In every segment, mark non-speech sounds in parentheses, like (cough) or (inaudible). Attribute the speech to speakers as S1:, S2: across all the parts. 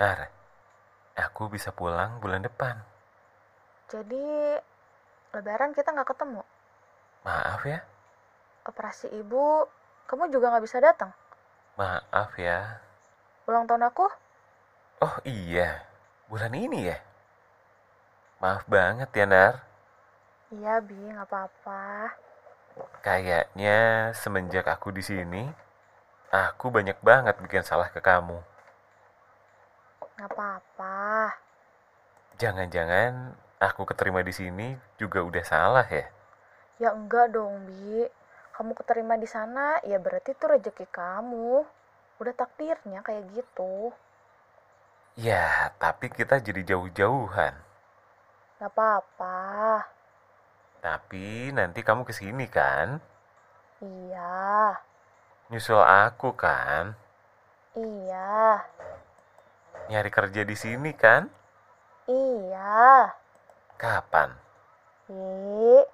S1: Eh, aku bisa pulang bulan depan.
S2: Jadi, lebaran kita nggak ketemu.
S1: Maaf ya,
S2: Operasi ibu, kamu juga nggak bisa datang.
S1: maaf ya.
S2: Ulang tahun aku,
S1: Oh iya, bulan ini ya. Maaf banget ya, Nar.
S2: iya Bi, nggak apa-apa.
S1: Kayaknya semenjak aku di sini, aku banyak banget bikin salah ke kamu.
S2: Nggak apa-apa.
S1: Jangan-jangan aku keterima di sini juga udah salah ya.
S2: Ya enggak dong Bi, kamu keterima di sana, ya berarti itu rezeki kamu. Udah takdirnya kayak gitu.
S1: Ya, tapi kita jadi jauh-jauhan.
S2: Nggak apa-apa.
S1: Tapi nanti kamu kesini kan?
S2: Iya,
S1: Nyusul aku kan?
S2: iya,
S1: Nyari kerja di sini kan?
S2: iya.
S1: Kapan?
S2: Bi,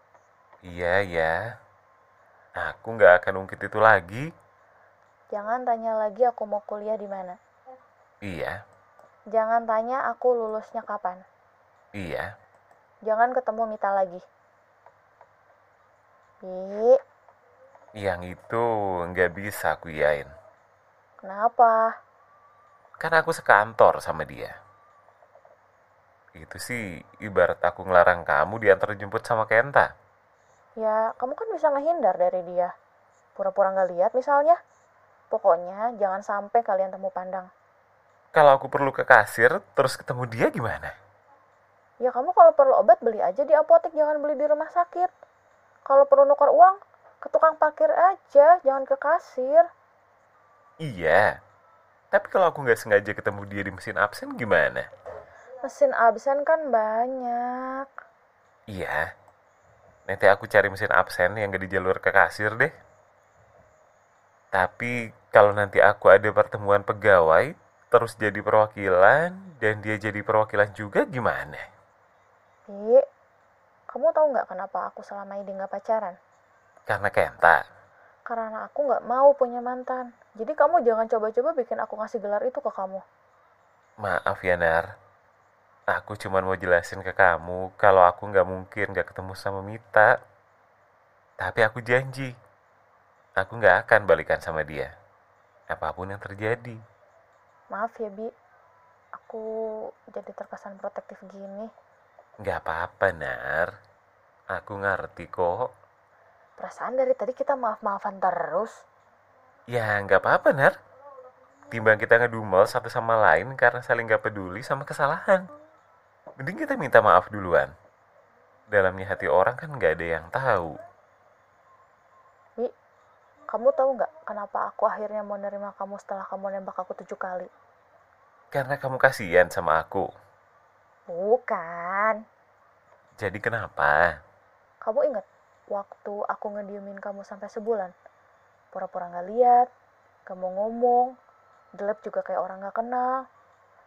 S1: Iya ya. Aku nggak akan ungkit itu lagi.
S2: jangan tanya lagi aku mau kuliah di mana.
S1: Iya,
S2: Jangan tanya aku lulusnya kapan.
S1: iya.
S2: Jangan ketemu Mita lagi. Bi,
S1: Yang itu nggak bisa aku iain.
S2: kenapa?
S1: Kan aku sekantor sama dia. Itu sih ibarat aku ngelarang kamu diantar jemput sama Kenta.
S2: Ya, kamu kan bisa menghindar dari dia. Pura-pura nggak lihat misalnya. Pokoknya jangan sampai kalian temu pandang.
S1: Kalau aku perlu ke kasir, terus ketemu dia gimana?
S2: Ya kamu kalau perlu obat beli aja di apotek, jangan beli di rumah sakit. Kalau perlu nuker uang, ke tukang parkir aja, jangan ke kasir.
S1: Iya. Tapi kalau aku nggak sengaja ketemu dia di mesin absen gimana?
S2: Mesin absen kan banyak.
S1: Iya. Nanti aku cari mesin absen yang gak di jalur ke kasir deh. Tapi kalau nanti aku ada pertemuan pegawai, terus jadi perwakilan, dan dia jadi perwakilan juga gimana?
S2: Bi, kamu tahu nggak kenapa aku selama ini nggak pacaran?
S1: Karena Kenta.
S2: Karena aku nggak mau punya mantan. Jadi kamu jangan coba-coba bikin aku ngasih gelar itu ke kamu.
S1: Maaf ya, Nar. Aku cuma mau jelasin ke kamu kalau aku nggak mungkin nggak ketemu sama Mita. Tapi aku janji, aku nggak akan balikan sama dia. Apapun yang terjadi.
S2: Maaf ya, Bi. Aku jadi terkesan protektif gini.
S1: Nggak apa-apa, Nar. Aku ngerti kok.
S2: Perasaan dari tadi kita maaf-maafan terus.
S1: Ya, nggak apa-apa, Nar. Timbang kita ngedumel satu sama lain karena saling nggak peduli sama kesalahan. Mending kita minta maaf duluan. Dalamnya hati orang kan nggak ada yang tahu.
S2: Kamu tahu nggak kenapa aku akhirnya mau nerima kamu setelah kamu nembak aku tujuh kali?
S1: Karena kamu kasihan sama aku.
S2: Bukan.
S1: Jadi kenapa?
S2: Kamu ingat waktu aku ngediemin kamu sampai sebulan? Pura-pura nggak lihat, nggak mau ngomong, di lab juga kayak orang nggak kenal,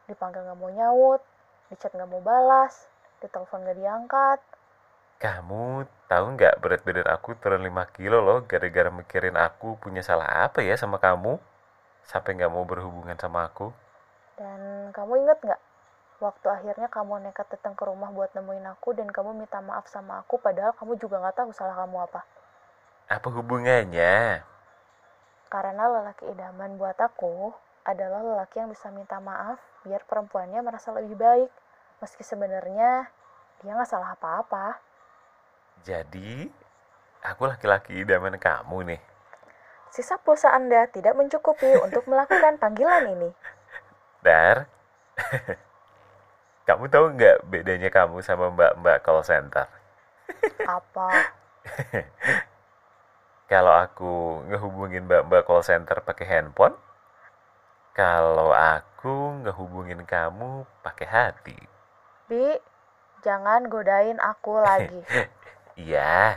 S2: dipanggil nggak mau nyaut, di chat nggak mau balas, ditelepon nggak diangkat.
S1: Kamu tahu nggak berat badan aku turun 5 kilo loh gara-gara mikirin aku punya salah apa ya sama kamu? Sampai nggak mau berhubungan sama aku?
S2: Dan kamu ingat nggak? Waktu akhirnya kamu nekat datang ke rumah buat nemuin aku dan kamu minta maaf sama aku padahal kamu juga nggak tahu salah kamu apa.
S1: Apa hubungannya?
S2: Karena lelaki idaman buat aku adalah lelaki yang bisa minta maaf biar perempuannya merasa lebih baik. Meski sebenarnya dia nggak salah apa-apa.
S1: Jadi, aku laki-laki idaman kamu nih.
S2: Sisa pulsa Anda tidak mencukupi untuk melakukan panggilan ini.
S1: Dar, (laughs) kamu tahu nggak bedanya kamu sama mbak-mbak call center?
S2: Apa?
S1: Kalau aku ngehubungin mbak-mbak call center pakai handphone, kalau aku ngehubungin kamu pakai hati.
S2: Bi, jangan godain aku lagi.
S1: Iya.